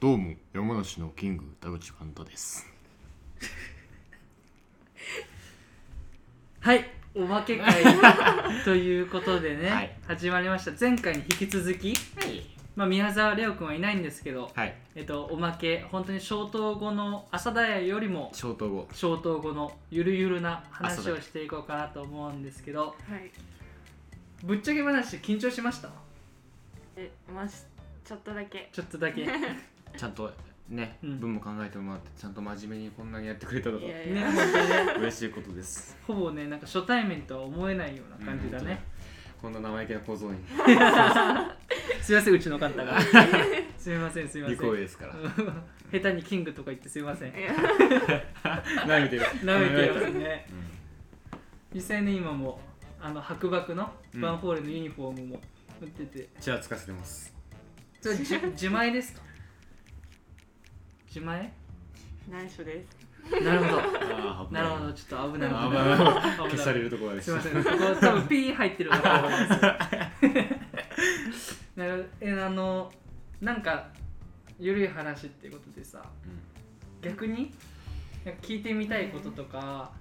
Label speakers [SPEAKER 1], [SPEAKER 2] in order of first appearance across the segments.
[SPEAKER 1] どうも山梨のキング田口ン太です
[SPEAKER 2] はい、おまけ会ということでね、
[SPEAKER 1] はい
[SPEAKER 2] 始まりました。前回に引き続
[SPEAKER 1] は
[SPEAKER 2] き、
[SPEAKER 1] い
[SPEAKER 2] まあ、宮沢レオくんはいないんですけど、
[SPEAKER 1] はい
[SPEAKER 2] えっと、おまけ、本当に消灯後の朝ダイヤよりも
[SPEAKER 1] 消灯後
[SPEAKER 2] 消灯後のゆるゆるな話
[SPEAKER 1] 朝だ
[SPEAKER 2] を
[SPEAKER 1] よ
[SPEAKER 2] していこうかなと思うんですけど、
[SPEAKER 3] はい。
[SPEAKER 2] ぶっちゃけ話緊張しました
[SPEAKER 3] え、まあ、しちょっとだ け。
[SPEAKER 2] ちょっとだけ。ね、
[SPEAKER 1] ちゃんとね、
[SPEAKER 2] うん
[SPEAKER 1] 分も考えてもらってちゃんと真面目にこんなにやってくれたの
[SPEAKER 3] い
[SPEAKER 1] が
[SPEAKER 3] やいや。
[SPEAKER 2] 本当にね、
[SPEAKER 1] 嬉しいことです
[SPEAKER 2] ほぼね、なんか初対面とは思えないような 感じだね。
[SPEAKER 1] こんな生意気な小僧に
[SPEAKER 2] すいません、うちのカンタが。 すいません、すいませ
[SPEAKER 1] 行
[SPEAKER 2] ん。
[SPEAKER 1] こうですから
[SPEAKER 2] 下手にキングとか言ってすいません。
[SPEAKER 3] いや
[SPEAKER 1] 舐めてる
[SPEAKER 2] 舐めて
[SPEAKER 1] 舐
[SPEAKER 2] ま
[SPEAKER 1] めて
[SPEAKER 2] す
[SPEAKER 1] る
[SPEAKER 2] ね
[SPEAKER 1] うん
[SPEAKER 2] 実際ね今もあの白幕の
[SPEAKER 1] うん
[SPEAKER 2] バンフォーレのユニフォームも売ってて、
[SPEAKER 1] ちらつかせてます
[SPEAKER 2] それじ自前ですか自前
[SPEAKER 3] 内緒です。
[SPEAKER 2] なるほ
[SPEAKER 1] あ
[SPEAKER 2] どなるほどちょっと危ない
[SPEAKER 1] 危ない
[SPEAKER 2] 危ない
[SPEAKER 1] 消されるところですし
[SPEAKER 2] い
[SPEAKER 1] た
[SPEAKER 2] ませんここ多分ピー入ってるかと思 うんですよなるえあのなんかゆるい話っていうことでさ
[SPEAKER 1] う
[SPEAKER 2] 逆になんか聞いてみたいこととか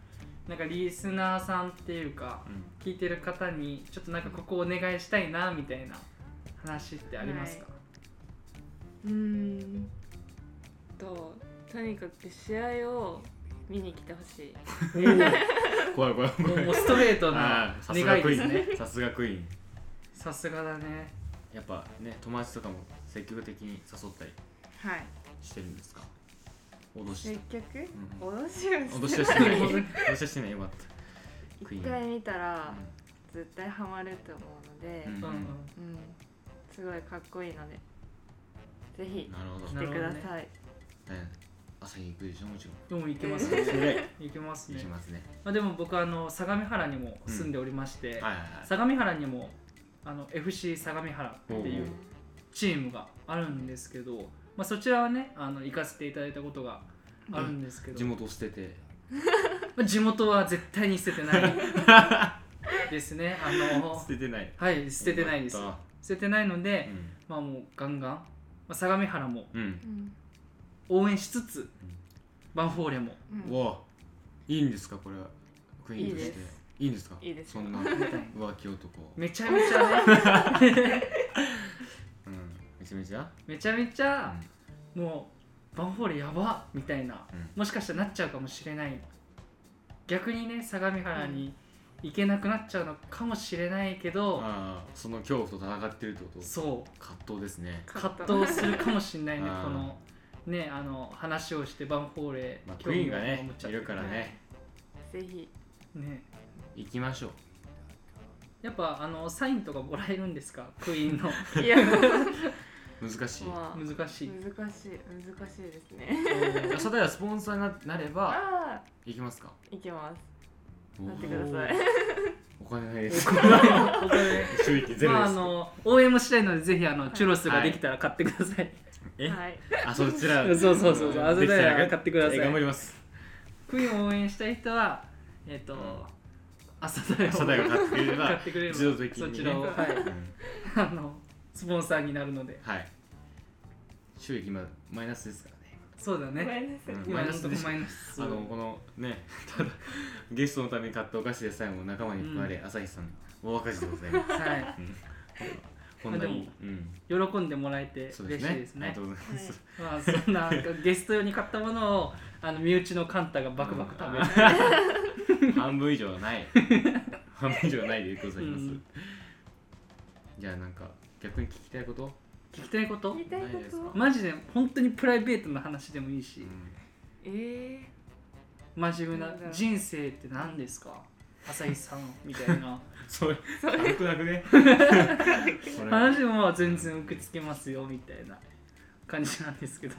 [SPEAKER 2] なんかリスナーさんっていうか
[SPEAKER 1] んうん
[SPEAKER 2] 聞いてる方にちょっとなんかここお願いしたいなみたいな話ってありますか、
[SPEAKER 3] うーん。と、とにかく試合を見に来てほしい。
[SPEAKER 1] 怖い怖い
[SPEAKER 2] も
[SPEAKER 1] 怖
[SPEAKER 2] う
[SPEAKER 1] い
[SPEAKER 2] もうストレートな
[SPEAKER 1] あーさす
[SPEAKER 2] 願
[SPEAKER 1] が
[SPEAKER 2] い
[SPEAKER 1] ク
[SPEAKER 2] で
[SPEAKER 1] イ
[SPEAKER 2] すね
[SPEAKER 1] ーンさすがクイーン
[SPEAKER 2] さすがだね
[SPEAKER 1] やっぱね友達とかも積極的に誘ったり
[SPEAKER 3] はい。
[SPEAKER 1] してるんですか脅し
[SPEAKER 3] 接
[SPEAKER 1] て
[SPEAKER 3] 客
[SPEAKER 1] ん
[SPEAKER 3] 脅しを
[SPEAKER 1] 脅
[SPEAKER 3] し
[SPEAKER 1] してはしてない脅しはしてないよかっクイ
[SPEAKER 3] 一
[SPEAKER 1] ーン
[SPEAKER 3] 回見た
[SPEAKER 1] た
[SPEAKER 3] ら絶対ハマると思うので、
[SPEAKER 1] うん
[SPEAKER 2] うんうん
[SPEAKER 3] うん。すごいかっこいいので、ぜひ
[SPEAKER 1] なるほど
[SPEAKER 3] 来てください。
[SPEAKER 1] ね朝日行くでしょもちろ
[SPEAKER 2] でも行けます
[SPEAKER 1] んそ
[SPEAKER 2] ね
[SPEAKER 1] れ
[SPEAKER 2] 行けます
[SPEAKER 1] 行
[SPEAKER 2] ね
[SPEAKER 1] き、ますね
[SPEAKER 2] まあ、でも僕あの相模原にも住んでおりまして、
[SPEAKER 1] はいはいはい
[SPEAKER 2] 相模原にもあの FC 相模原ってい
[SPEAKER 1] お
[SPEAKER 2] う
[SPEAKER 1] う
[SPEAKER 2] チームがあるんですけど、まあ、そちらはねあの行かせていただいたことがあるんですけど、
[SPEAKER 1] 地元を捨てて
[SPEAKER 2] まあ地元は絶対に捨ててないですねあ の
[SPEAKER 1] ててない
[SPEAKER 2] はい捨ててないです
[SPEAKER 1] よかっ
[SPEAKER 2] 捨ててないの
[SPEAKER 1] た
[SPEAKER 2] で、
[SPEAKER 1] うん
[SPEAKER 2] まあもうガンガン、まあ、相模原も
[SPEAKER 1] うん
[SPEAKER 3] うん。
[SPEAKER 2] 応援しつつ、バンフォーレも
[SPEAKER 3] うん
[SPEAKER 1] うわいいんですかこれはクイーンとし
[SPEAKER 3] いい
[SPEAKER 1] て
[SPEAKER 3] です
[SPEAKER 1] いいんですか
[SPEAKER 3] いいです
[SPEAKER 1] そんな
[SPEAKER 2] みたいな
[SPEAKER 1] 浮気男を
[SPEAKER 2] めちゃめ ちゃね
[SPEAKER 1] うんめちゃめちゃ
[SPEAKER 2] めちゃめち
[SPEAKER 1] う
[SPEAKER 2] ゃ
[SPEAKER 1] ん
[SPEAKER 2] もうバンフォーレやばみたいな
[SPEAKER 1] うん
[SPEAKER 2] もしかしたらなっちゃうかもしれない逆にね相模原に行けなくなっちゃうのかもしれないけど、
[SPEAKER 1] ああその恐怖と戦ってるってこと
[SPEAKER 2] そう
[SPEAKER 1] 葛藤ですね
[SPEAKER 2] 葛藤するかもしれない ね
[SPEAKER 1] あー
[SPEAKER 2] このねあの話をしてバンフォーレ、
[SPEAKER 1] まあ
[SPEAKER 2] 興
[SPEAKER 1] クイー
[SPEAKER 2] 味
[SPEAKER 1] ンが
[SPEAKER 2] を
[SPEAKER 1] ね
[SPEAKER 2] 持っちゃっ
[SPEAKER 1] い
[SPEAKER 2] て
[SPEAKER 1] るからね
[SPEAKER 3] ぜ ひ。
[SPEAKER 2] ね
[SPEAKER 1] 行きましょう
[SPEAKER 2] やっぱあのサインとかもらえるんですかクイーンの
[SPEAKER 3] い や、
[SPEAKER 1] 難しい
[SPEAKER 3] まあ。
[SPEAKER 2] 難 しい
[SPEAKER 3] 難しい難しいですね。
[SPEAKER 1] 朝田はスポンサーにななれば
[SPEAKER 3] あ
[SPEAKER 1] 行きますか
[SPEAKER 3] あ、いきます。なって
[SPEAKER 1] お
[SPEAKER 3] ください。
[SPEAKER 1] お金ないで
[SPEAKER 2] お
[SPEAKER 1] す
[SPEAKER 2] 金お金
[SPEAKER 1] 収益ゼロ
[SPEAKER 2] まあ
[SPEAKER 1] で
[SPEAKER 2] あ
[SPEAKER 1] す
[SPEAKER 2] の応援もしたいのでぜひあの
[SPEAKER 3] い
[SPEAKER 2] チュロスができたら買ってください。
[SPEAKER 1] え
[SPEAKER 3] はい。
[SPEAKER 1] あそちら
[SPEAKER 2] そうそうそ
[SPEAKER 1] で
[SPEAKER 2] うそう
[SPEAKER 1] きたら
[SPEAKER 2] あそちら買ってください
[SPEAKER 1] え頑張ります
[SPEAKER 2] クイーンを応援したい人はえっ、と
[SPEAKER 1] うん
[SPEAKER 2] 朝だよ
[SPEAKER 1] 朝田が買ってくれれ
[SPEAKER 2] 買
[SPEAKER 1] ば
[SPEAKER 2] ってくれれば
[SPEAKER 1] 自動的に
[SPEAKER 2] そ
[SPEAKER 1] ね
[SPEAKER 2] ちらを
[SPEAKER 1] う
[SPEAKER 2] は
[SPEAKER 1] ん
[SPEAKER 2] いあのスポンサーになるので
[SPEAKER 1] はい収益今マイナスですからね
[SPEAKER 2] そうだ
[SPEAKER 3] ご
[SPEAKER 2] ね。
[SPEAKER 3] めんなさい。
[SPEAKER 1] うんマ
[SPEAKER 2] 今
[SPEAKER 1] イ
[SPEAKER 2] の
[SPEAKER 1] ナ
[SPEAKER 2] と
[SPEAKER 1] ス
[SPEAKER 2] こ
[SPEAKER 1] でしょ
[SPEAKER 2] マイナス
[SPEAKER 1] あのこのね ただゲストのために買ったお菓子でさえも仲間に加われ、朝日さん大赤字でご ざいます
[SPEAKER 2] はい
[SPEAKER 1] こんなに
[SPEAKER 2] ま
[SPEAKER 1] うん
[SPEAKER 2] 喜んでもらえて
[SPEAKER 1] そうで
[SPEAKER 2] 嬉
[SPEAKER 1] す
[SPEAKER 2] しい
[SPEAKER 1] ね
[SPEAKER 2] です
[SPEAKER 1] あり
[SPEAKER 2] ね
[SPEAKER 1] がとうございます、
[SPEAKER 2] まあそんなゲスト用に買ったものをあの身内のカンタがバクバク食べる、
[SPEAKER 1] うん 半分以上はない 半分以上はないでございます、
[SPEAKER 2] うん
[SPEAKER 1] じゃあなんか逆に聞きたいこと、
[SPEAKER 2] 聞きたいこと
[SPEAKER 3] 聞いたい
[SPEAKER 1] ないです
[SPEAKER 3] こ
[SPEAKER 1] か
[SPEAKER 3] と。
[SPEAKER 2] マジで本当にプライベートな話でもいいし、
[SPEAKER 3] え
[SPEAKER 2] 真面目な
[SPEAKER 3] なんだろう
[SPEAKER 2] 人生って何ですか朝日さんみたいな
[SPEAKER 1] それ軽くなく ねそれ
[SPEAKER 2] 話も全然受け付けますよみたいな感じなんですけど
[SPEAKER 3] ー、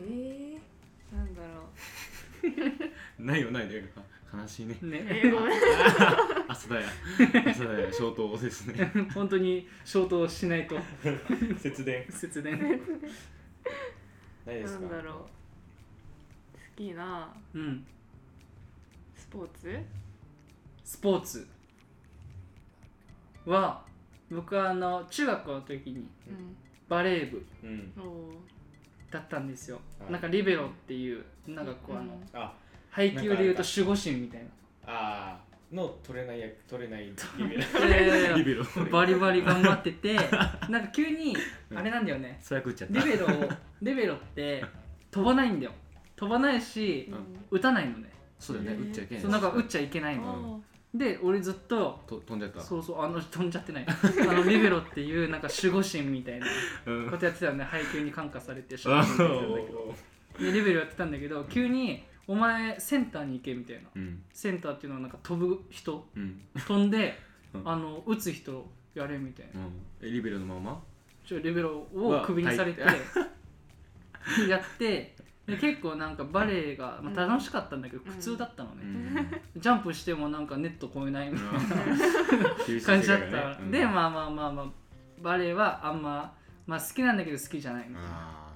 [SPEAKER 3] えー、なんだろ
[SPEAKER 1] ないよないよ悲しい ね
[SPEAKER 2] ね
[SPEAKER 3] う。ごめん。
[SPEAKER 1] 朝 だよ朝だよ消灯ですね
[SPEAKER 2] 本当に消灯しないと
[SPEAKER 1] 節電
[SPEAKER 2] 節電
[SPEAKER 1] ないで
[SPEAKER 3] な
[SPEAKER 1] すか
[SPEAKER 3] んだろう。好きな
[SPEAKER 2] うん
[SPEAKER 3] スポーツ？
[SPEAKER 2] スポーツは僕はあの中学校の時に
[SPEAKER 3] うん。
[SPEAKER 2] バレー部
[SPEAKER 1] うん
[SPEAKER 3] おお。
[SPEAKER 2] だったんですよ、
[SPEAKER 1] はい
[SPEAKER 2] なんかリベロっていうなんかこうあの、
[SPEAKER 3] うん
[SPEAKER 1] あ
[SPEAKER 2] 配球でいうと守護神みたいな
[SPEAKER 1] あーの取れない役取れないリベ
[SPEAKER 2] いやいやいや
[SPEAKER 1] ロ リベロ
[SPEAKER 2] バリバリ頑張っててなんか急にあれなんだよね
[SPEAKER 1] 最悪打っちゃった
[SPEAKER 2] レ ベロをレベロって飛ばないんだよ飛ばないし
[SPEAKER 1] ん
[SPEAKER 2] 打たないのね
[SPEAKER 1] そうだよね打っちゃいけない
[SPEAKER 2] そうなんか打っちゃいけないの
[SPEAKER 3] あ
[SPEAKER 2] で俺ずっと
[SPEAKER 1] と飛んじゃった
[SPEAKER 2] そうそうあの飛んじゃってないあのリベロっていうなんか守護神みたいな
[SPEAKER 1] うん
[SPEAKER 2] ことやってたよね配球に感化されて守
[SPEAKER 1] あ
[SPEAKER 2] 護神ってやってたんだけ
[SPEAKER 1] ー
[SPEAKER 2] どでリベロやってたんだけど急に「お前センターに行け」みたいな
[SPEAKER 1] うん
[SPEAKER 2] センターっていうのはなんか飛ぶ人
[SPEAKER 1] うん
[SPEAKER 2] 飛んで、
[SPEAKER 1] うん
[SPEAKER 2] あの打つ人やれみたいな
[SPEAKER 1] うんえリベロのまま
[SPEAKER 2] ちょレベルをクビにされてやってで結構なんかバレエが、まあ、楽しかったんだけど
[SPEAKER 3] うん
[SPEAKER 2] 苦痛だったの
[SPEAKER 1] う
[SPEAKER 2] ね、
[SPEAKER 1] ん
[SPEAKER 2] ジャンプしてもなんかネット越えないみたい
[SPEAKER 1] 厳しい
[SPEAKER 2] な
[SPEAKER 1] 世界
[SPEAKER 2] 感じだった、
[SPEAKER 1] がねうん
[SPEAKER 2] でまあまあまあまあバレエはあんま、まあ、好きなんだけど好きじゃないみたいな
[SPEAKER 1] あ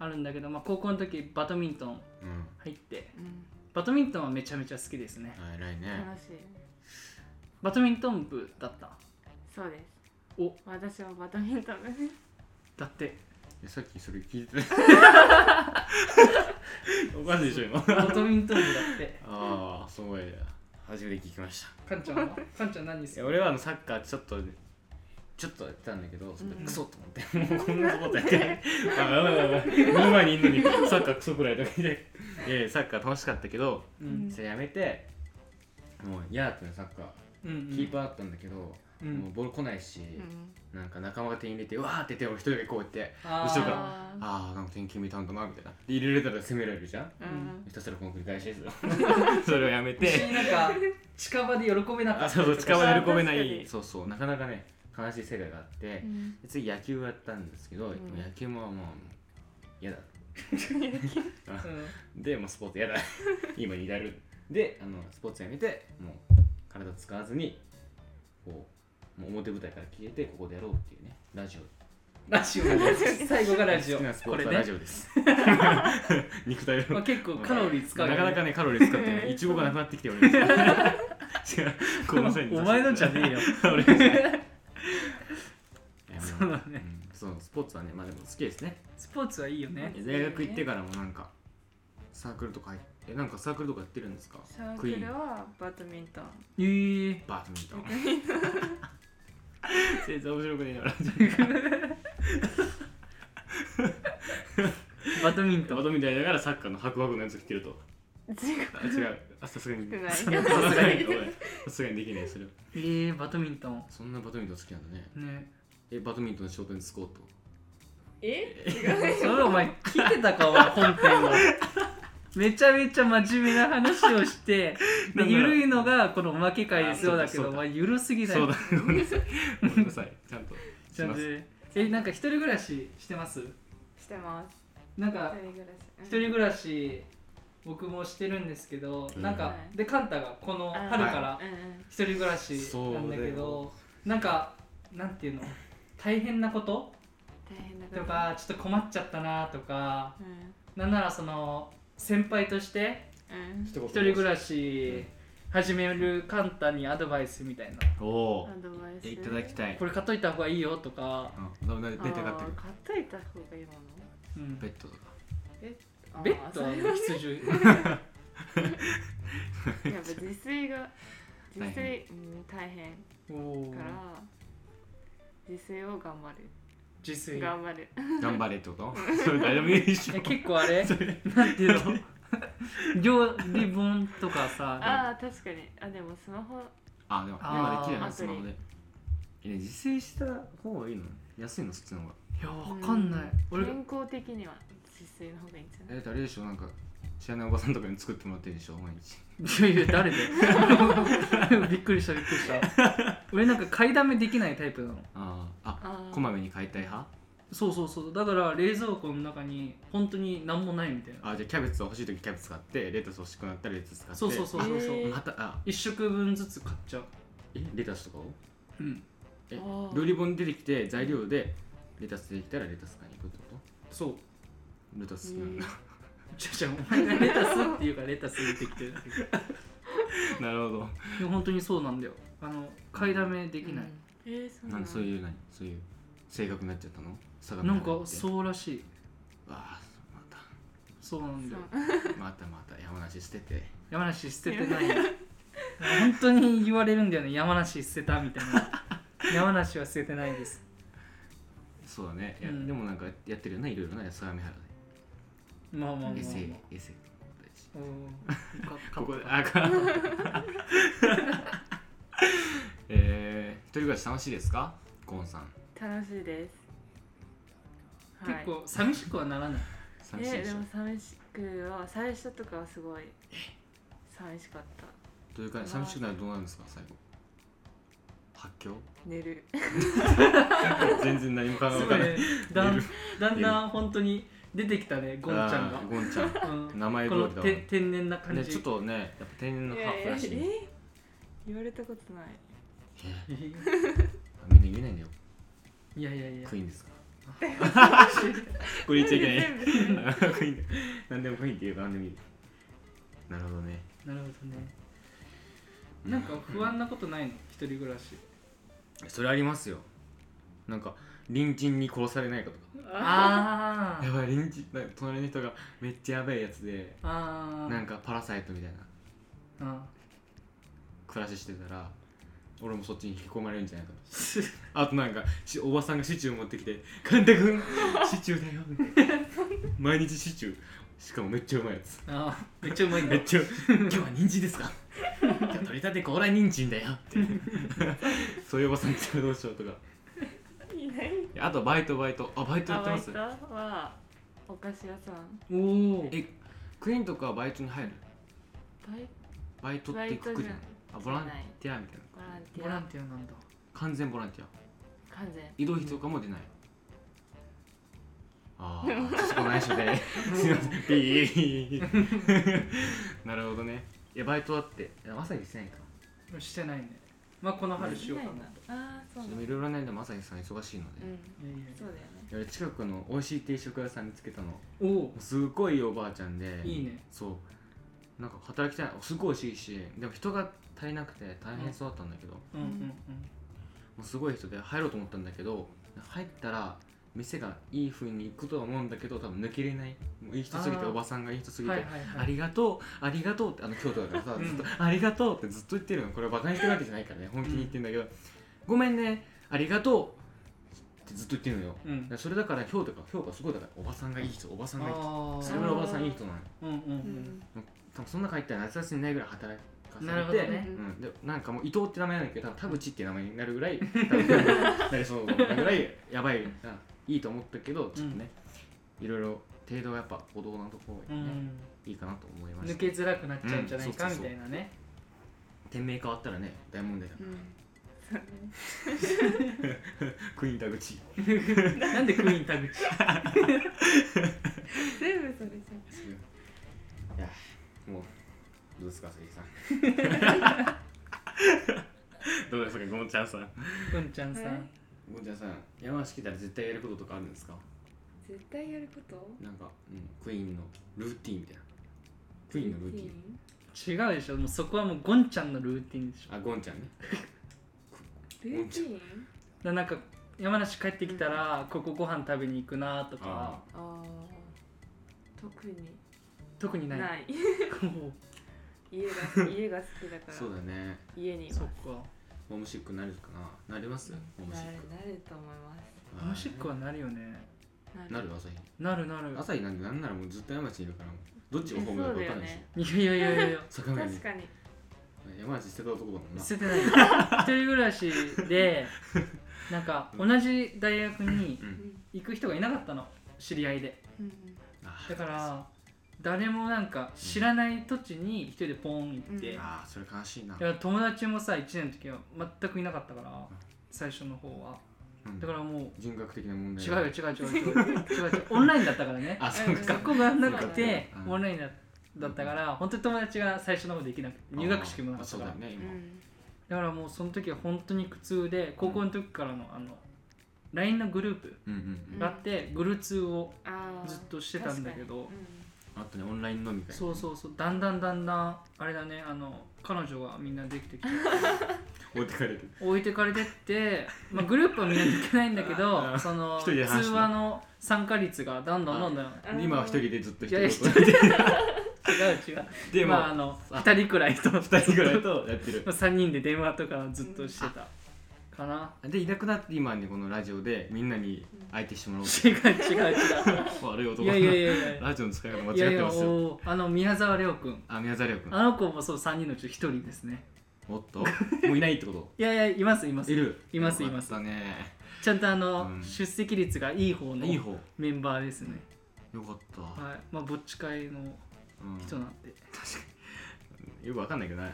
[SPEAKER 2] あるんだけど、まあ、高校の時バドミント
[SPEAKER 1] ー
[SPEAKER 2] ン
[SPEAKER 1] うん
[SPEAKER 2] 入って
[SPEAKER 3] うん
[SPEAKER 2] バドミントンはめちゃめちゃ好きですね
[SPEAKER 1] あ偉いね
[SPEAKER 3] 楽しい
[SPEAKER 2] バドミントン部だった
[SPEAKER 3] そうです
[SPEAKER 2] お
[SPEAKER 3] 私はバドミントンです
[SPEAKER 2] だって
[SPEAKER 1] いやさっきそれ聞い てないおかしいでしょ今
[SPEAKER 2] バドミントン部だって
[SPEAKER 1] ああすごいな初めて聞きました
[SPEAKER 2] かんちゃんはかんちゃん何す
[SPEAKER 1] いや
[SPEAKER 2] る
[SPEAKER 1] 俺はあのサッカーちょっとちょっとやってたんだけど、それ
[SPEAKER 3] うん
[SPEAKER 1] クソと思ってもうこんなことやってないあやばいやばいやばい目の前にいるのにサッカークソくらいとか言っていやいやサッカー楽しかったけど
[SPEAKER 2] うん
[SPEAKER 1] それやめてもう嫌だったのサッカ
[SPEAKER 2] うんうん
[SPEAKER 1] ーキーパーだったんだけど、
[SPEAKER 2] うん
[SPEAKER 1] もうボール来ないし、
[SPEAKER 3] うん
[SPEAKER 1] なんか仲間が手に入れてうわーって手を一人でこうやって
[SPEAKER 2] あー
[SPEAKER 1] 後ろからああなんか点決めたんだなみたいなで入れられたら攻められるじゃん
[SPEAKER 3] うん
[SPEAKER 1] ひたすらこの繰り返し ですよそれをやめて
[SPEAKER 2] しなんか近場で喜べなか
[SPEAKER 1] あ
[SPEAKER 2] った
[SPEAKER 1] そうそう近場で喜べな
[SPEAKER 3] 確か
[SPEAKER 1] い
[SPEAKER 3] に
[SPEAKER 1] そうそうなかなかね悲しい世界があって
[SPEAKER 3] うん
[SPEAKER 1] で次野球をやったんですけど、
[SPEAKER 3] うん
[SPEAKER 1] 野球ももう嫌だ
[SPEAKER 2] うん
[SPEAKER 1] でもうスポー ツ嫌だ今に至るであのスポーツやめてもう体使わずにこうもう表舞台から消えてここでやろうっていうねラジオ
[SPEAKER 2] ラジオです最後がラジオ
[SPEAKER 1] 好きなスポ
[SPEAKER 2] こ
[SPEAKER 1] ー
[SPEAKER 2] れ
[SPEAKER 1] ツはラ
[SPEAKER 2] ね
[SPEAKER 1] ジ、オです 肉体
[SPEAKER 2] まあ、
[SPEAKER 1] の
[SPEAKER 2] 結構カロリー使うよ
[SPEAKER 1] な
[SPEAKER 2] ね
[SPEAKER 1] かなかねカロリー使ってねいちごがなくなってきて俺違 うこの際に
[SPEAKER 2] お前のじゃねえよ
[SPEAKER 1] 俺のじゃないいや
[SPEAKER 2] そうだ
[SPEAKER 1] う
[SPEAKER 2] ね
[SPEAKER 1] んそうスポーツはねまあでも好きですね
[SPEAKER 2] スポーツはいいよね
[SPEAKER 1] 大学行ってからもなんかサークルとか入ってえなんかサークルとかやってるんですか
[SPEAKER 3] サー
[SPEAKER 1] クイ
[SPEAKER 3] ク
[SPEAKER 1] ー
[SPEAKER 3] ル
[SPEAKER 1] ン
[SPEAKER 3] はバドミントン
[SPEAKER 2] えー、
[SPEAKER 1] バドミントン全然面白くねえなラジ
[SPEAKER 2] バドミン
[SPEAKER 1] オ
[SPEAKER 2] ト
[SPEAKER 1] バ
[SPEAKER 2] ン
[SPEAKER 1] ドミントンやりながらサッカーの白白のやつ着てると
[SPEAKER 3] 違う
[SPEAKER 1] あ違うあさすがに
[SPEAKER 3] 少ない
[SPEAKER 1] さすがにさすが においさすがにできないそれは
[SPEAKER 2] えー、バドミントン
[SPEAKER 1] そんなバドミントン好きなんだね
[SPEAKER 2] ね
[SPEAKER 1] えバドミントンの仕事に就こうと
[SPEAKER 3] え
[SPEAKER 2] それお前聞いてたかお前本編をめちゃめちゃ真面目な話をして
[SPEAKER 1] な
[SPEAKER 2] で
[SPEAKER 1] んだろう
[SPEAKER 2] 緩いのがこのおまけ会ですよだけ
[SPEAKER 1] あそ
[SPEAKER 2] ど
[SPEAKER 1] う
[SPEAKER 2] お
[SPEAKER 1] だ
[SPEAKER 2] 前緩すぎない
[SPEAKER 1] そうだごめんなさいごめんなさいちゃんとし
[SPEAKER 2] ちゃん
[SPEAKER 1] ま
[SPEAKER 2] と
[SPEAKER 1] す
[SPEAKER 2] えなんか一人暮らししてます
[SPEAKER 3] してます
[SPEAKER 2] なんか
[SPEAKER 3] 一
[SPEAKER 2] 一
[SPEAKER 3] 人暮らしうん
[SPEAKER 2] 人暮らし僕もしてるんですけど、
[SPEAKER 1] うん
[SPEAKER 2] なんか
[SPEAKER 3] はい
[SPEAKER 2] でカンタがこの
[SPEAKER 3] あー
[SPEAKER 2] 春から
[SPEAKER 3] うんうん
[SPEAKER 2] 一人暮らしなんだけどなんかなんていうの大変なこと
[SPEAKER 3] 大変だか
[SPEAKER 2] と
[SPEAKER 3] ら
[SPEAKER 2] かちょっと困っちゃったなとか
[SPEAKER 3] うん
[SPEAKER 2] なんならその先輩として
[SPEAKER 3] うん
[SPEAKER 1] 一
[SPEAKER 2] 一人暮
[SPEAKER 1] い
[SPEAKER 2] らし始めるカンタにアドバイスみたいな
[SPEAKER 1] おお
[SPEAKER 3] アドバイス
[SPEAKER 1] ーいただきたい
[SPEAKER 2] これ買っといた方がいいよとか、
[SPEAKER 1] うんなな大体買ってく
[SPEAKER 3] あー
[SPEAKER 1] る
[SPEAKER 3] 買っといた方がいいもの
[SPEAKER 2] うん
[SPEAKER 1] ベッドとか
[SPEAKER 3] あー
[SPEAKER 2] ベッドは
[SPEAKER 3] そ
[SPEAKER 2] あ
[SPEAKER 3] う
[SPEAKER 2] の必需
[SPEAKER 3] やっぱ 自炊が自
[SPEAKER 1] 大変
[SPEAKER 3] 炊うん大変
[SPEAKER 2] お お
[SPEAKER 3] から自炊を頑張る
[SPEAKER 2] 自炊
[SPEAKER 3] 頑張る
[SPEAKER 1] 頑張れってことそれ誰でもいいで しょ
[SPEAKER 2] え結構あれなんていうの料理本とかさ
[SPEAKER 3] ああ確かにあでもスマホ
[SPEAKER 1] あでも
[SPEAKER 2] あ
[SPEAKER 1] 今で
[SPEAKER 2] ー
[SPEAKER 1] きるよ
[SPEAKER 3] ア
[SPEAKER 1] ね
[SPEAKER 3] プ
[SPEAKER 1] ス
[SPEAKER 3] リ
[SPEAKER 1] マホでえ自炊した方がいいの安いのそっちの方が
[SPEAKER 2] いやわかんない、
[SPEAKER 3] うん
[SPEAKER 2] 俺
[SPEAKER 3] 健康的には自炊の方がいいんじゃない
[SPEAKER 1] え誰でしょなんか知らないおばさんとかに作ってもらってるでしょ毎日
[SPEAKER 2] いやいや誰で びっくりしたびっくりした俺なんか買いだめできないタイプなの
[SPEAKER 1] あーあ
[SPEAKER 3] あー
[SPEAKER 1] こまめに買いたい派
[SPEAKER 2] そうそうそうだから冷蔵庫の中に本当に何もないみたいな
[SPEAKER 1] あじゃあキャベツは欲しい時キャベツ買ってレタス欲しくなったらレタス買って
[SPEAKER 2] そうそうそうそうそう、
[SPEAKER 3] えー
[SPEAKER 1] あはたあ
[SPEAKER 2] 一食分ずつ買っちゃう
[SPEAKER 1] えレタスとかを
[SPEAKER 2] うん
[SPEAKER 1] え
[SPEAKER 3] あー
[SPEAKER 1] 料理本に出てきて材料でレタスできたらレタス買いに行くってこと
[SPEAKER 2] そう
[SPEAKER 1] レタス好きなんだ、
[SPEAKER 2] じゃじゃお前がレタスっていうからレタス出てきてるだけで
[SPEAKER 1] なるほ
[SPEAKER 2] も本当にそうなんだよあの買いだめで
[SPEAKER 3] で
[SPEAKER 2] きない、
[SPEAKER 3] えー、そ
[SPEAKER 1] ど
[SPEAKER 3] うな
[SPEAKER 1] なんん
[SPEAKER 3] だ
[SPEAKER 1] そういう何そういう性格になっちゃったの差が
[SPEAKER 2] なんか
[SPEAKER 1] う
[SPEAKER 2] そうらしい
[SPEAKER 1] わあま
[SPEAKER 2] そうなんだよ
[SPEAKER 1] たまたまた山梨捨てて
[SPEAKER 2] 山梨捨ててない 本当に言われるんだよね山梨捨てたみたいな 山梨は捨ててないです
[SPEAKER 1] そうだね、いや
[SPEAKER 2] うん
[SPEAKER 1] でもなんかやってるよないろいろな相模原で、
[SPEAKER 2] まあまあまあ、
[SPEAKER 1] エセ
[SPEAKER 2] ま
[SPEAKER 1] エセ大事
[SPEAKER 2] あ、うんよかった
[SPEAKER 1] ここであか えー、一人暮らし楽しいですかコーンさん
[SPEAKER 3] 楽しいです
[SPEAKER 2] 結構寂しくはならない
[SPEAKER 1] 寂しい
[SPEAKER 3] え
[SPEAKER 1] でし
[SPEAKER 3] で
[SPEAKER 1] ょ
[SPEAKER 3] も寂しくは最初とかはすごい寂しかった
[SPEAKER 1] どういう感じ寂しくなるとどうなるんですか最後発 狂
[SPEAKER 3] 寝る
[SPEAKER 1] 全然何も考えか
[SPEAKER 2] すごい
[SPEAKER 1] な
[SPEAKER 2] ね
[SPEAKER 1] い
[SPEAKER 2] だ
[SPEAKER 1] 寝
[SPEAKER 2] ん
[SPEAKER 1] る
[SPEAKER 2] だんだん本当に出てきたねゴンちゃん
[SPEAKER 1] あー
[SPEAKER 2] が
[SPEAKER 1] ゴンちゃん、
[SPEAKER 2] うん
[SPEAKER 1] 名前
[SPEAKER 2] こ
[SPEAKER 1] 通り
[SPEAKER 2] の
[SPEAKER 1] だわ
[SPEAKER 2] て天然な感
[SPEAKER 1] ね
[SPEAKER 2] じ
[SPEAKER 1] ちょっとねやっぱ天然のハーフらしいね
[SPEAKER 3] え言われたことない
[SPEAKER 1] え
[SPEAKER 2] い
[SPEAKER 1] ーみんな言えないんだよ
[SPEAKER 2] や いやいや
[SPEAKER 1] クイーン ですか
[SPEAKER 2] あ
[SPEAKER 1] これ言っちゃいけない
[SPEAKER 3] 全部全部
[SPEAKER 1] クイーンだ何でもクイーンっていうか何でもいいなるほどね
[SPEAKER 2] なるほどねなんか不安なことないの一人暮らし
[SPEAKER 1] それありますよなんか隣人に殺されないかとか
[SPEAKER 2] あ
[SPEAKER 1] やばい隣人なんか隣の人がめっちゃやばいやつで
[SPEAKER 2] あ
[SPEAKER 1] なん
[SPEAKER 2] か
[SPEAKER 1] かパラサイトみたいな
[SPEAKER 2] あ
[SPEAKER 1] 暮らししてたら俺もそっちに引き込まれるんじゃないかとあとなんかしおばさんがシチュー持ってきて「神田君シチューだよ」みたい な毎日シチューしかもめっちゃうまいやつ
[SPEAKER 2] あーめっちゃうまいんだ
[SPEAKER 1] めっちゃ「今日は人参ですか?」「今日取りたて高麗人参だよ」ってそういうおばさん来たらどうしようとか
[SPEAKER 3] いない
[SPEAKER 1] あとバイトバイトあバイトや
[SPEAKER 3] あ
[SPEAKER 1] って
[SPEAKER 3] バ
[SPEAKER 1] ま
[SPEAKER 3] イ
[SPEAKER 1] す
[SPEAKER 3] トはお菓子屋さん
[SPEAKER 2] おお
[SPEAKER 1] えクイーンとかはバイトに入る
[SPEAKER 3] バイ
[SPEAKER 1] バイトってくくりなのあボランティアみたいな
[SPEAKER 3] ボランテ
[SPEAKER 2] ボ
[SPEAKER 3] ィ
[SPEAKER 2] ラ
[SPEAKER 3] ア
[SPEAKER 2] ンティアなんだ
[SPEAKER 1] 完全ボランティア
[SPEAKER 3] 完全
[SPEAKER 1] 移動費とかも出ない、あああそこ内緒ですいませんピー なるほどねいやバイトだっていや朝日してないか
[SPEAKER 2] してないねまあこの春しようかなと
[SPEAKER 3] ああそう
[SPEAKER 1] で
[SPEAKER 3] だ
[SPEAKER 1] もいろいろないんで朝日さん忙しいので、
[SPEAKER 3] うん
[SPEAKER 2] いやいやい
[SPEAKER 3] そうだよね
[SPEAKER 1] いや近くの美味しい定食屋さん見つけたの
[SPEAKER 2] やおお
[SPEAKER 1] すごいおばあちゃんで
[SPEAKER 2] いいね
[SPEAKER 1] そうなんか働きたいすごい美味しいしでも人が足りなくて大変そうだったんだけど、
[SPEAKER 2] うんうん
[SPEAKER 1] もうすごい人で入ろうと思ったんだけど入ったら店がいい風に行くとは思うんだけど多分抜けれないもういい人すぎて
[SPEAKER 2] あー
[SPEAKER 1] おばさんがいい人す
[SPEAKER 2] う
[SPEAKER 1] ぎ
[SPEAKER 2] ん
[SPEAKER 1] て、
[SPEAKER 2] はいはい
[SPEAKER 1] あ
[SPEAKER 2] はい
[SPEAKER 1] りがとうありがとうってあの京都だからさ
[SPEAKER 2] うん
[SPEAKER 1] ずっと、ありがとうってずっと言ってるのこれバカにしてるわけじゃないからね本気に言ってんだけど、ごめんねありがとうってずっと言ってるのよ、
[SPEAKER 2] うん
[SPEAKER 1] だからそれだから京都が京都がすごいだからおばさんがいい人おばさんがいい人
[SPEAKER 2] あ
[SPEAKER 1] そ
[SPEAKER 2] あ
[SPEAKER 1] れぐらいおばさんいい人なのよ
[SPEAKER 2] うんうんう
[SPEAKER 3] うんん
[SPEAKER 1] 多分その中入ったら夏休みないぐらい働かされて
[SPEAKER 2] なるほどね
[SPEAKER 1] うん、でなんかもう伊藤って名前なんだけど多分田口って名前になるぐ らい多分なりそうなぐらいやばいないいと思ったけどちょっとね、いろいろ程度はやっぱ歩道なとこ
[SPEAKER 2] う
[SPEAKER 1] ろ、ね
[SPEAKER 2] ん
[SPEAKER 1] いいかなと思いまし
[SPEAKER 2] 抜
[SPEAKER 1] た
[SPEAKER 2] けづらくなっちゃうんじゃないか
[SPEAKER 1] うんそうそ
[SPEAKER 2] み
[SPEAKER 1] うそう
[SPEAKER 2] たいなね
[SPEAKER 1] 店名変わったらね大問 題だ
[SPEAKER 3] うんそうだね
[SPEAKER 1] クイーン田口
[SPEAKER 2] なんでクイーン田口
[SPEAKER 3] 全部それじゃん
[SPEAKER 1] いやもうどうですか杉さん どうですかゴンちゃんさん
[SPEAKER 2] うんちゃんさん
[SPEAKER 1] ゴンちゃんさん山梨来たら絶対やることとかあるんですか
[SPEAKER 3] 絶対やること
[SPEAKER 1] なんか、うん、クイーンのルーティンみたいなクイーンのルーティン
[SPEAKER 2] 違うでしょもうそこはもうゴンちゃんのルーティンでしょだか
[SPEAKER 1] あゴンちゃんね
[SPEAKER 3] ルーティン
[SPEAKER 2] らなんか山梨帰ってきたらここご飯食べに行くなとか
[SPEAKER 3] ああ特に
[SPEAKER 2] 特にない
[SPEAKER 3] ない
[SPEAKER 2] おう
[SPEAKER 3] 家が家が好きだから
[SPEAKER 1] そうだね
[SPEAKER 3] 家にいます
[SPEAKER 2] そっか
[SPEAKER 1] ホームシックなるかななりますホームシ
[SPEAKER 3] な
[SPEAKER 1] ッ
[SPEAKER 3] る
[SPEAKER 1] ク
[SPEAKER 3] なると思いま
[SPEAKER 2] ホームシックはなるよね
[SPEAKER 3] す
[SPEAKER 1] なる朝日
[SPEAKER 2] なるなる
[SPEAKER 1] 朝日なんてなんならもうずっと山梨にいるからどっちがホームだか分かんないし
[SPEAKER 2] いやいやいやいや
[SPEAKER 1] 坂上
[SPEAKER 3] 確
[SPEAKER 1] に
[SPEAKER 3] かに
[SPEAKER 1] 山梨捨てた男だもんな
[SPEAKER 2] 捨ててないよ一人暮らし でなんか同じ大学に
[SPEAKER 1] うん
[SPEAKER 2] 行く人がいなかったの知り合いで
[SPEAKER 3] うん
[SPEAKER 1] あー
[SPEAKER 2] だから誰もなんか知らない土地に一人でポーン行って、
[SPEAKER 3] うん
[SPEAKER 1] あーそれ悲しいな
[SPEAKER 2] だから友達もさ1年の時は全くいなかったから最初の方は
[SPEAKER 1] うん
[SPEAKER 2] だからも
[SPEAKER 1] 人格的な問
[SPEAKER 2] う
[SPEAKER 1] 題
[SPEAKER 2] 違うよ違う違う 違う違う違うオンラインだったからね
[SPEAKER 1] あそうか
[SPEAKER 2] 学校がなくて
[SPEAKER 1] うん
[SPEAKER 2] オンラインだったから本当に友達が最初の方できなくて入学式もなか
[SPEAKER 1] あ
[SPEAKER 2] っ
[SPEAKER 1] そ
[SPEAKER 2] た
[SPEAKER 1] う
[SPEAKER 2] か
[SPEAKER 1] だ
[SPEAKER 2] ら
[SPEAKER 1] よね
[SPEAKER 3] う
[SPEAKER 1] 今
[SPEAKER 3] ん
[SPEAKER 2] だからもうその時は本当に苦痛で高校の時からのあの LINE のグループ
[SPEAKER 1] うんうんうん
[SPEAKER 2] があってグルツーを
[SPEAKER 3] あー
[SPEAKER 2] ずっとしてたんだけど、
[SPEAKER 3] 確かに
[SPEAKER 1] あとねオンライン飲み会
[SPEAKER 2] そうそうそうだんだんだんだんあれだねあの彼女がみんなできてきて
[SPEAKER 1] 置いてかれて
[SPEAKER 2] 置いてかれてって、まあ、グループはみんなできないんだ け
[SPEAKER 1] あ
[SPEAKER 2] ど
[SPEAKER 1] ー
[SPEAKER 2] その
[SPEAKER 1] 一人
[SPEAKER 2] 通
[SPEAKER 1] で話して
[SPEAKER 2] 話の参加率がどんどんどんどん違
[SPEAKER 3] あー
[SPEAKER 1] 今は一人でずっと一
[SPEAKER 2] いや
[SPEAKER 1] 人
[SPEAKER 2] 一人
[SPEAKER 1] で
[SPEAKER 2] う違う
[SPEAKER 1] でも
[SPEAKER 2] まああの2人くらいと
[SPEAKER 1] 2人ぐらい
[SPEAKER 2] ま
[SPEAKER 1] とやってる
[SPEAKER 2] あ3人で電話とかずっとしてたかな
[SPEAKER 1] でいなくなって今ねこのラジオでみんなに相手してもらおう
[SPEAKER 2] 違う違う違
[SPEAKER 1] と悪い男
[SPEAKER 2] ういやいやいやいや
[SPEAKER 1] ラジオの使い方間
[SPEAKER 2] いや
[SPEAKER 1] 違
[SPEAKER 2] い
[SPEAKER 1] って
[SPEAKER 2] や
[SPEAKER 1] ますよ
[SPEAKER 2] おーあの宮沢亮君
[SPEAKER 1] あ宮沢亮君
[SPEAKER 2] あの子もそう3人のうち1人ですね
[SPEAKER 1] おっともういないってこ
[SPEAKER 2] いやいやいますいま
[SPEAKER 1] と
[SPEAKER 2] す
[SPEAKER 1] いる
[SPEAKER 2] います
[SPEAKER 1] よかったね
[SPEAKER 2] ちゃんとあの、
[SPEAKER 1] うん
[SPEAKER 2] 出席率がいい方の
[SPEAKER 1] いい方よ
[SPEAKER 2] メンバーですね
[SPEAKER 1] かった、
[SPEAKER 2] はいまあぼっち会の
[SPEAKER 1] うん
[SPEAKER 2] 人なんで
[SPEAKER 1] よくわかんないけ どな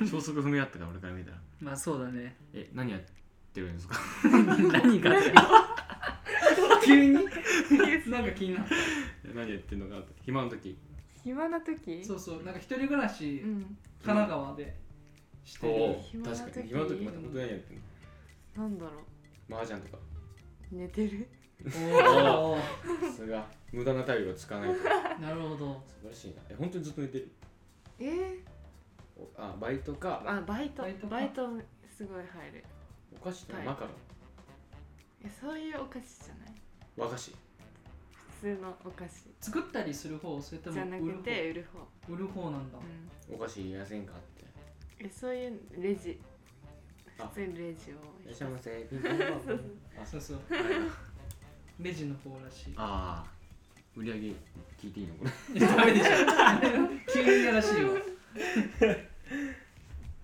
[SPEAKER 1] 消息不明だったから俺から見たら
[SPEAKER 2] まあそうだね
[SPEAKER 1] え何やってるんですか
[SPEAKER 2] 何が急に なんか気になった
[SPEAKER 1] 何やってんのかなって暇の時
[SPEAKER 3] 暇な時
[SPEAKER 2] そうそうなんか一人暮らし、
[SPEAKER 3] うん
[SPEAKER 2] 神奈川でしてる
[SPEAKER 3] 暇な時
[SPEAKER 1] 確かに暇の時また本当に何やってんの
[SPEAKER 3] なんだろ
[SPEAKER 1] 麻雀とか
[SPEAKER 3] う寝てる
[SPEAKER 2] おお
[SPEAKER 1] さすが無駄な体力は使わないと素
[SPEAKER 2] なるほど
[SPEAKER 1] 晴らしいなえ本当にずっと寝てる
[SPEAKER 3] えー、
[SPEAKER 1] おあバイトか
[SPEAKER 3] あバイト
[SPEAKER 2] バイトか
[SPEAKER 3] バイトすごい入る
[SPEAKER 1] お菓子とか
[SPEAKER 3] はい
[SPEAKER 1] マカロン
[SPEAKER 3] えそういうお菓子じゃない
[SPEAKER 1] 和菓子
[SPEAKER 3] 普通のお菓子
[SPEAKER 2] 作ったりする方それとも
[SPEAKER 3] じゃな
[SPEAKER 2] 売
[SPEAKER 3] く
[SPEAKER 2] る方
[SPEAKER 3] て売る方、
[SPEAKER 2] 売る方なんだ
[SPEAKER 3] うん、
[SPEAKER 1] お菓子いりませんかって
[SPEAKER 3] えそういうレジ
[SPEAKER 1] あ
[SPEAKER 3] 普通にレジを
[SPEAKER 1] いらっしゃいませピンポンパンポンあそ
[SPEAKER 2] そううそう
[SPEAKER 1] はい
[SPEAKER 2] レジの方らしい
[SPEAKER 1] ああ売り上げ聞いていいのこれ
[SPEAKER 2] いやダメでしょ急にやらしいわ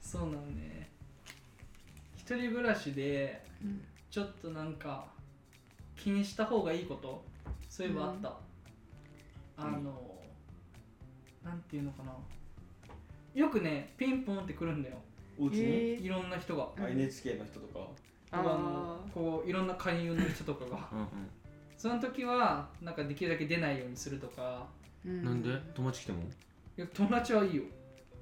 [SPEAKER 2] そうなのね一人暮らしで
[SPEAKER 3] うん
[SPEAKER 2] ちょっとなんか気にした方がいいことそういえばあった、
[SPEAKER 1] うん
[SPEAKER 2] あのなんていうのかなよくねピンポンってくるんだよ
[SPEAKER 1] お
[SPEAKER 3] 家にえ
[SPEAKER 2] いろんな人が
[SPEAKER 1] あ NHK の人とか
[SPEAKER 2] あのこういろんな勧誘の人とか が
[SPEAKER 1] うんうん
[SPEAKER 2] その時はなんかできるだけ出ないようにするとか
[SPEAKER 3] ーうん
[SPEAKER 1] なんで友達来ても
[SPEAKER 2] いや友達はいいよ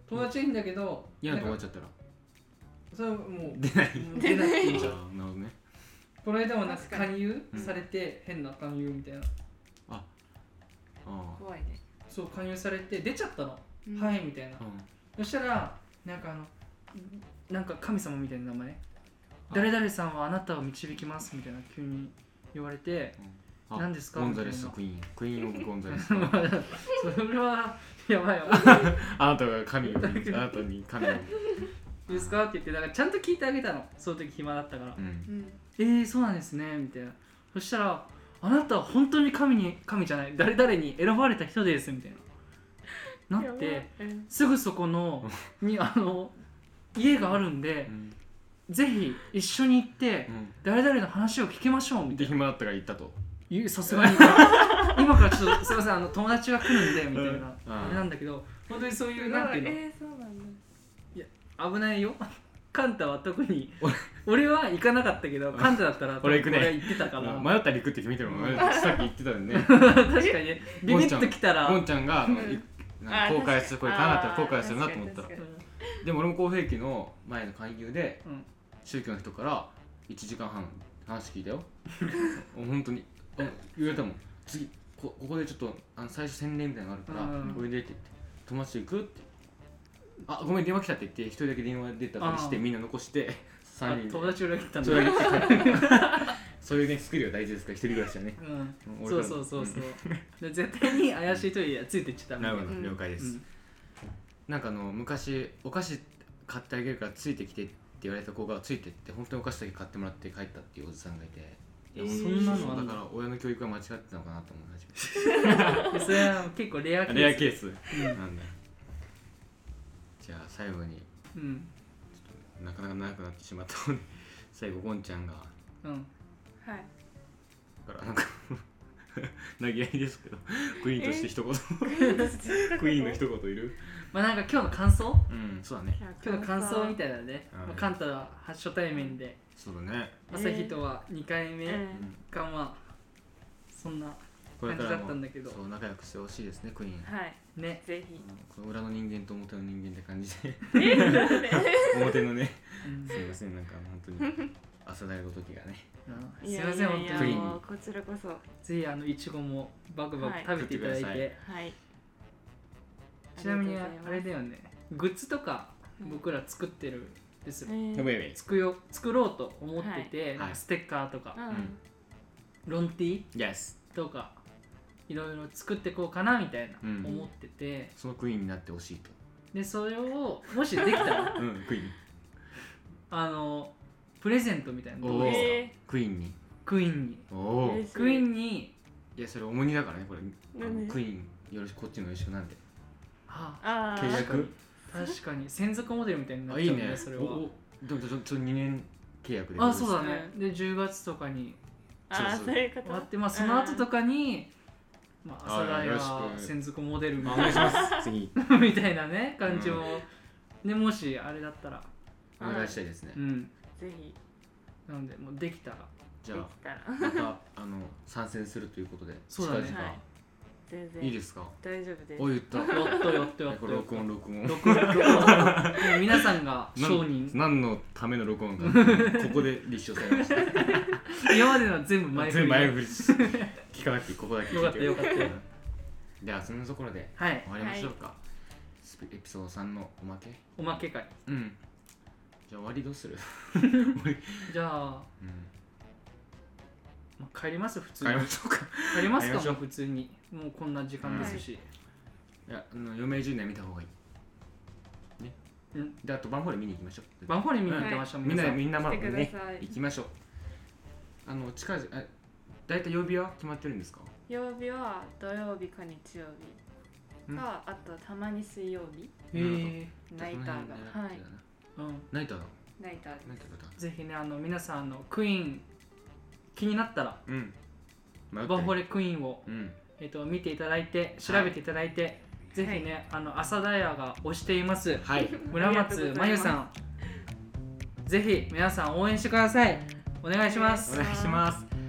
[SPEAKER 2] 友達はいいんだけど、
[SPEAKER 1] 嫌な
[SPEAKER 2] なん
[SPEAKER 1] 友
[SPEAKER 2] か
[SPEAKER 1] 達だったら
[SPEAKER 2] それはもう
[SPEAKER 1] 出ない
[SPEAKER 2] もう出なくていいじゃん
[SPEAKER 1] ああなるほどね
[SPEAKER 2] この間もなんか
[SPEAKER 3] 確か
[SPEAKER 2] 勧誘
[SPEAKER 1] うん
[SPEAKER 2] されて、変な勧誘みたいな
[SPEAKER 1] あ
[SPEAKER 3] 怖いね、
[SPEAKER 2] そう勧誘されて出ちゃったの、
[SPEAKER 3] うん
[SPEAKER 2] はいみたいな
[SPEAKER 1] あうん
[SPEAKER 2] そしたらなんかあのなんか神様みたいな名前誰々さんはあなたを導きますみたいな急に言われ て
[SPEAKER 1] あ
[SPEAKER 2] 何ですか
[SPEAKER 1] ゴンザレスクイーンクイーンオブゴンザレス
[SPEAKER 2] それはやばいよ
[SPEAKER 1] あなたが神をあなたに神を
[SPEAKER 2] いいですかって言ってだからちゃんと聞いてあげたのその時暇だったから、
[SPEAKER 1] うん
[SPEAKER 3] うん、
[SPEAKER 2] えー、そうなんですねみたいなそしたらあなたは本当に神に神じゃない誰々に選ばれた人ですみたいななって
[SPEAKER 3] やばい、うん
[SPEAKER 2] すぐそこのにあの家があるんで
[SPEAKER 1] う、ん
[SPEAKER 2] ぜひ一緒に行って、
[SPEAKER 1] うん
[SPEAKER 2] 誰々の話を聞きましょうみた
[SPEAKER 1] で
[SPEAKER 2] いな
[SPEAKER 1] 暇だったから行ったと
[SPEAKER 2] 言うさすが に今からちょっとすいませんあの友達が来るんでみたいな、
[SPEAKER 1] うん
[SPEAKER 2] あれなんだけど本当にそういう
[SPEAKER 3] すごい
[SPEAKER 2] なんていうの、
[SPEAKER 3] えー、そうなんだ
[SPEAKER 2] 危ないよカンタは特に俺は行かなかったけどカンタだったら
[SPEAKER 1] 俺行くね
[SPEAKER 2] 俺は行ってたか
[SPEAKER 1] あ
[SPEAKER 2] ら、
[SPEAKER 1] の迷ったり行くって決めてるも んさっき言ってたよね
[SPEAKER 2] 確かにねビビッと来たら
[SPEAKER 1] ゴンちゃんがあの
[SPEAKER 3] うん
[SPEAKER 1] いなんか後悔するこれ行かなかったら後悔するなと思ったら
[SPEAKER 3] 確かに
[SPEAKER 1] でも俺も公平期の前の勧誘で
[SPEAKER 2] うん
[SPEAKER 1] 宗教の人から1時間半話聞いたよもう本当にあ言われたもん次こここでちょっとあの最初洗礼みたいなのがあるから、
[SPEAKER 2] うん
[SPEAKER 1] これでって言って友達と行くってあごめん電話来たって言って一人だけ電話出たふりして
[SPEAKER 2] あー
[SPEAKER 1] みんな残して
[SPEAKER 2] あ
[SPEAKER 1] 3人
[SPEAKER 2] 友達裏切ったん
[SPEAKER 1] そ
[SPEAKER 2] だ
[SPEAKER 1] れだけ帰って そういうねスキルが大事ですから一人暮らしはね
[SPEAKER 2] うん
[SPEAKER 1] 俺か
[SPEAKER 2] そ
[SPEAKER 1] ら
[SPEAKER 2] う
[SPEAKER 1] も
[SPEAKER 2] そうそうそう、で絶対に怪しい人にはついてっちゃダメ
[SPEAKER 1] な
[SPEAKER 2] だ
[SPEAKER 1] る
[SPEAKER 2] よ
[SPEAKER 1] ほど、
[SPEAKER 3] うん
[SPEAKER 1] 了解です、
[SPEAKER 2] うん
[SPEAKER 1] なんかあの昔お菓子買ってあげるからついてきてって言われた子がついてって本当にお菓子だけ買ってもらって帰ったっていうおじさんがいて、いや
[SPEAKER 2] えー
[SPEAKER 1] 本当に
[SPEAKER 2] そんなのあ
[SPEAKER 1] だ
[SPEAKER 2] んの
[SPEAKER 1] から親の教育が間違ってたのかなと思う初め
[SPEAKER 2] でそれは結構レアケース
[SPEAKER 1] てレアケース
[SPEAKER 2] うん
[SPEAKER 1] なんだじゃあ最後に
[SPEAKER 2] うん
[SPEAKER 1] なかなか長くなってしまったので最後ゴンちゃんが
[SPEAKER 2] うん
[SPEAKER 3] はい
[SPEAKER 1] だからなん か投げ合いですけどクイーンとして一言、クイーンの一言いる
[SPEAKER 2] まあなんか今日の感想
[SPEAKER 1] うんそうだね
[SPEAKER 2] 今日の感想み
[SPEAKER 3] い
[SPEAKER 2] たいなね、
[SPEAKER 1] うん
[SPEAKER 2] まあ、カンタは初対面で
[SPEAKER 1] そうだね、
[SPEAKER 2] 朝日とは2回目
[SPEAKER 3] うん
[SPEAKER 1] うん、
[SPEAKER 2] かまあそんな
[SPEAKER 1] これから
[SPEAKER 2] 感じだっ
[SPEAKER 1] も
[SPEAKER 2] たんだけど
[SPEAKER 1] そう仲良くしてほしいですねクイーン
[SPEAKER 3] はい
[SPEAKER 2] ね
[SPEAKER 3] ぜ
[SPEAKER 1] あ
[SPEAKER 3] ひ
[SPEAKER 1] のこの裏の人間と表の人間って感じで
[SPEAKER 3] えなんで
[SPEAKER 1] 表のね
[SPEAKER 2] うん
[SPEAKER 1] すいませんなんか本当に朝だいごときがね
[SPEAKER 2] うんす
[SPEAKER 3] い
[SPEAKER 2] い
[SPEAKER 3] や
[SPEAKER 2] ま
[SPEAKER 3] い
[SPEAKER 2] せん
[SPEAKER 3] や
[SPEAKER 2] 本
[SPEAKER 3] いや
[SPEAKER 2] 当に
[SPEAKER 3] もうこちらこそは
[SPEAKER 2] ぜひあのいちごもバクバク
[SPEAKER 3] はい
[SPEAKER 2] 食べていただいて、
[SPEAKER 1] 食ってく
[SPEAKER 3] い
[SPEAKER 2] ちなみに
[SPEAKER 3] あ
[SPEAKER 2] あ
[SPEAKER 3] りがとうございます
[SPEAKER 2] れだよねグッズとか僕ら作ってるですよ
[SPEAKER 3] え
[SPEAKER 1] でもいいね
[SPEAKER 2] 作よ作ろうと思ってて、
[SPEAKER 1] い
[SPEAKER 2] なんかステッカーとか、
[SPEAKER 3] うん
[SPEAKER 1] ん
[SPEAKER 2] ロンティ
[SPEAKER 1] Yes
[SPEAKER 2] とかいろいろ作ってこうかなみたいな
[SPEAKER 1] うん
[SPEAKER 2] 思ってて、
[SPEAKER 1] そのクイーンになってほしいと
[SPEAKER 2] でそれをもしできた ら
[SPEAKER 1] うんクイーン
[SPEAKER 2] あのプレゼントみたいなのどう
[SPEAKER 1] お
[SPEAKER 2] ですか
[SPEAKER 1] ー
[SPEAKER 3] え
[SPEAKER 1] クイーンに
[SPEAKER 2] クイーンに
[SPEAKER 1] おお
[SPEAKER 3] 嬉しい
[SPEAKER 2] クイーンに
[SPEAKER 1] いやそれ重荷だからねこれあ
[SPEAKER 3] なん
[SPEAKER 1] の
[SPEAKER 3] で
[SPEAKER 1] クイーンよろしこっちのよろしくなんて
[SPEAKER 2] あ
[SPEAKER 3] あ
[SPEAKER 1] 契
[SPEAKER 3] あ
[SPEAKER 1] 約
[SPEAKER 2] 確かに専属モデルみたいになっ
[SPEAKER 1] あ
[SPEAKER 2] ち
[SPEAKER 1] い
[SPEAKER 2] ゃ
[SPEAKER 1] い
[SPEAKER 2] うんだ
[SPEAKER 1] ね
[SPEAKER 2] それ
[SPEAKER 1] お
[SPEAKER 2] は
[SPEAKER 1] おでもちょちょちょ2年契約で
[SPEAKER 2] あそうだ
[SPEAKER 1] ね
[SPEAKER 2] ねで10月とかに
[SPEAKER 3] ああ
[SPEAKER 1] そうそう
[SPEAKER 3] そういうこと
[SPEAKER 2] 終わってまあその後とかに、まあ、阿佐
[SPEAKER 1] あよろしく
[SPEAKER 2] ヶ谷専属モデルみ
[SPEAKER 1] お
[SPEAKER 2] た
[SPEAKER 1] 願い
[SPEAKER 2] い
[SPEAKER 1] し
[SPEAKER 2] な
[SPEAKER 1] ます 次
[SPEAKER 2] みたいなね感じも、でもしあれだったら
[SPEAKER 1] お願いしたいですね
[SPEAKER 2] うん
[SPEAKER 3] ぜひ
[SPEAKER 2] なのでもうできたら
[SPEAKER 1] じ
[SPEAKER 3] で
[SPEAKER 1] ゃ
[SPEAKER 3] き
[SPEAKER 1] あ
[SPEAKER 3] たら
[SPEAKER 1] またあの参戦するということで
[SPEAKER 2] そうだね
[SPEAKER 1] 近
[SPEAKER 3] はい全
[SPEAKER 1] 々
[SPEAKER 3] 然
[SPEAKER 1] いいですか
[SPEAKER 3] 大丈夫です
[SPEAKER 1] お言った
[SPEAKER 2] よっとよっとよっ
[SPEAKER 1] ことれ
[SPEAKER 2] よっ
[SPEAKER 1] 録
[SPEAKER 2] と
[SPEAKER 1] 音録音
[SPEAKER 2] 録音録音 もう皆さんが商人
[SPEAKER 1] 何のための録音かここで立証されました
[SPEAKER 2] 今までのは全部前振
[SPEAKER 1] 全
[SPEAKER 2] り
[SPEAKER 1] 部前振りです聞かなくていいここだけ聞いて
[SPEAKER 2] よかったよかった
[SPEAKER 1] ではそんなところで
[SPEAKER 2] はい
[SPEAKER 1] 終わりましょうか、スペエピソード3のおまけ
[SPEAKER 2] おまけ会
[SPEAKER 1] うんじゃあ終わりどうする
[SPEAKER 2] じゃあ、
[SPEAKER 1] うん
[SPEAKER 2] まあ、帰ります普通
[SPEAKER 1] 帰
[SPEAKER 2] に
[SPEAKER 1] りましょうか
[SPEAKER 2] 帰ります
[SPEAKER 1] 帰り
[SPEAKER 2] か
[SPEAKER 1] ましょ
[SPEAKER 2] も
[SPEAKER 1] う
[SPEAKER 2] う普通にもうこんな時間ですし、
[SPEAKER 1] いやあの余命10年見た方がいいね
[SPEAKER 2] うん
[SPEAKER 1] であとバンフォーレ見に行きましょう
[SPEAKER 2] バンフォーレ見に行ってました、
[SPEAKER 1] みんな
[SPEAKER 2] 皆
[SPEAKER 1] で
[SPEAKER 2] さん
[SPEAKER 1] みんなまあ
[SPEAKER 3] 来てくだ
[SPEAKER 1] ね
[SPEAKER 3] さい
[SPEAKER 1] 行きましょうあの近々え大体曜日は決まってるんですか
[SPEAKER 3] 曜日は土曜日か日曜
[SPEAKER 1] う
[SPEAKER 3] 日
[SPEAKER 1] ん
[SPEAKER 3] か、あとたまに水曜日
[SPEAKER 2] へえ
[SPEAKER 3] ナイター
[SPEAKER 1] じゃあそ
[SPEAKER 3] が
[SPEAKER 1] の辺狙っ
[SPEAKER 3] は
[SPEAKER 1] て
[SPEAKER 3] い
[SPEAKER 1] だな
[SPEAKER 2] うん
[SPEAKER 1] ナイターだ
[SPEAKER 3] ナイターで
[SPEAKER 1] ナイターだった
[SPEAKER 2] ぜひねあの皆さんあのクイーン気になったら
[SPEAKER 1] うん迷ってる
[SPEAKER 2] バンフォーレクイーンを、
[SPEAKER 1] うん
[SPEAKER 2] えっと見ていただいて調べていただいて、ぜひねあの朝ダイヤが推しています
[SPEAKER 1] はい
[SPEAKER 2] 村
[SPEAKER 3] ありがとう
[SPEAKER 2] 松
[SPEAKER 3] ござ
[SPEAKER 2] 真
[SPEAKER 3] いま
[SPEAKER 2] 由
[SPEAKER 3] す
[SPEAKER 2] さんぜひ皆さん応援してくださいお願いします
[SPEAKER 1] お願いします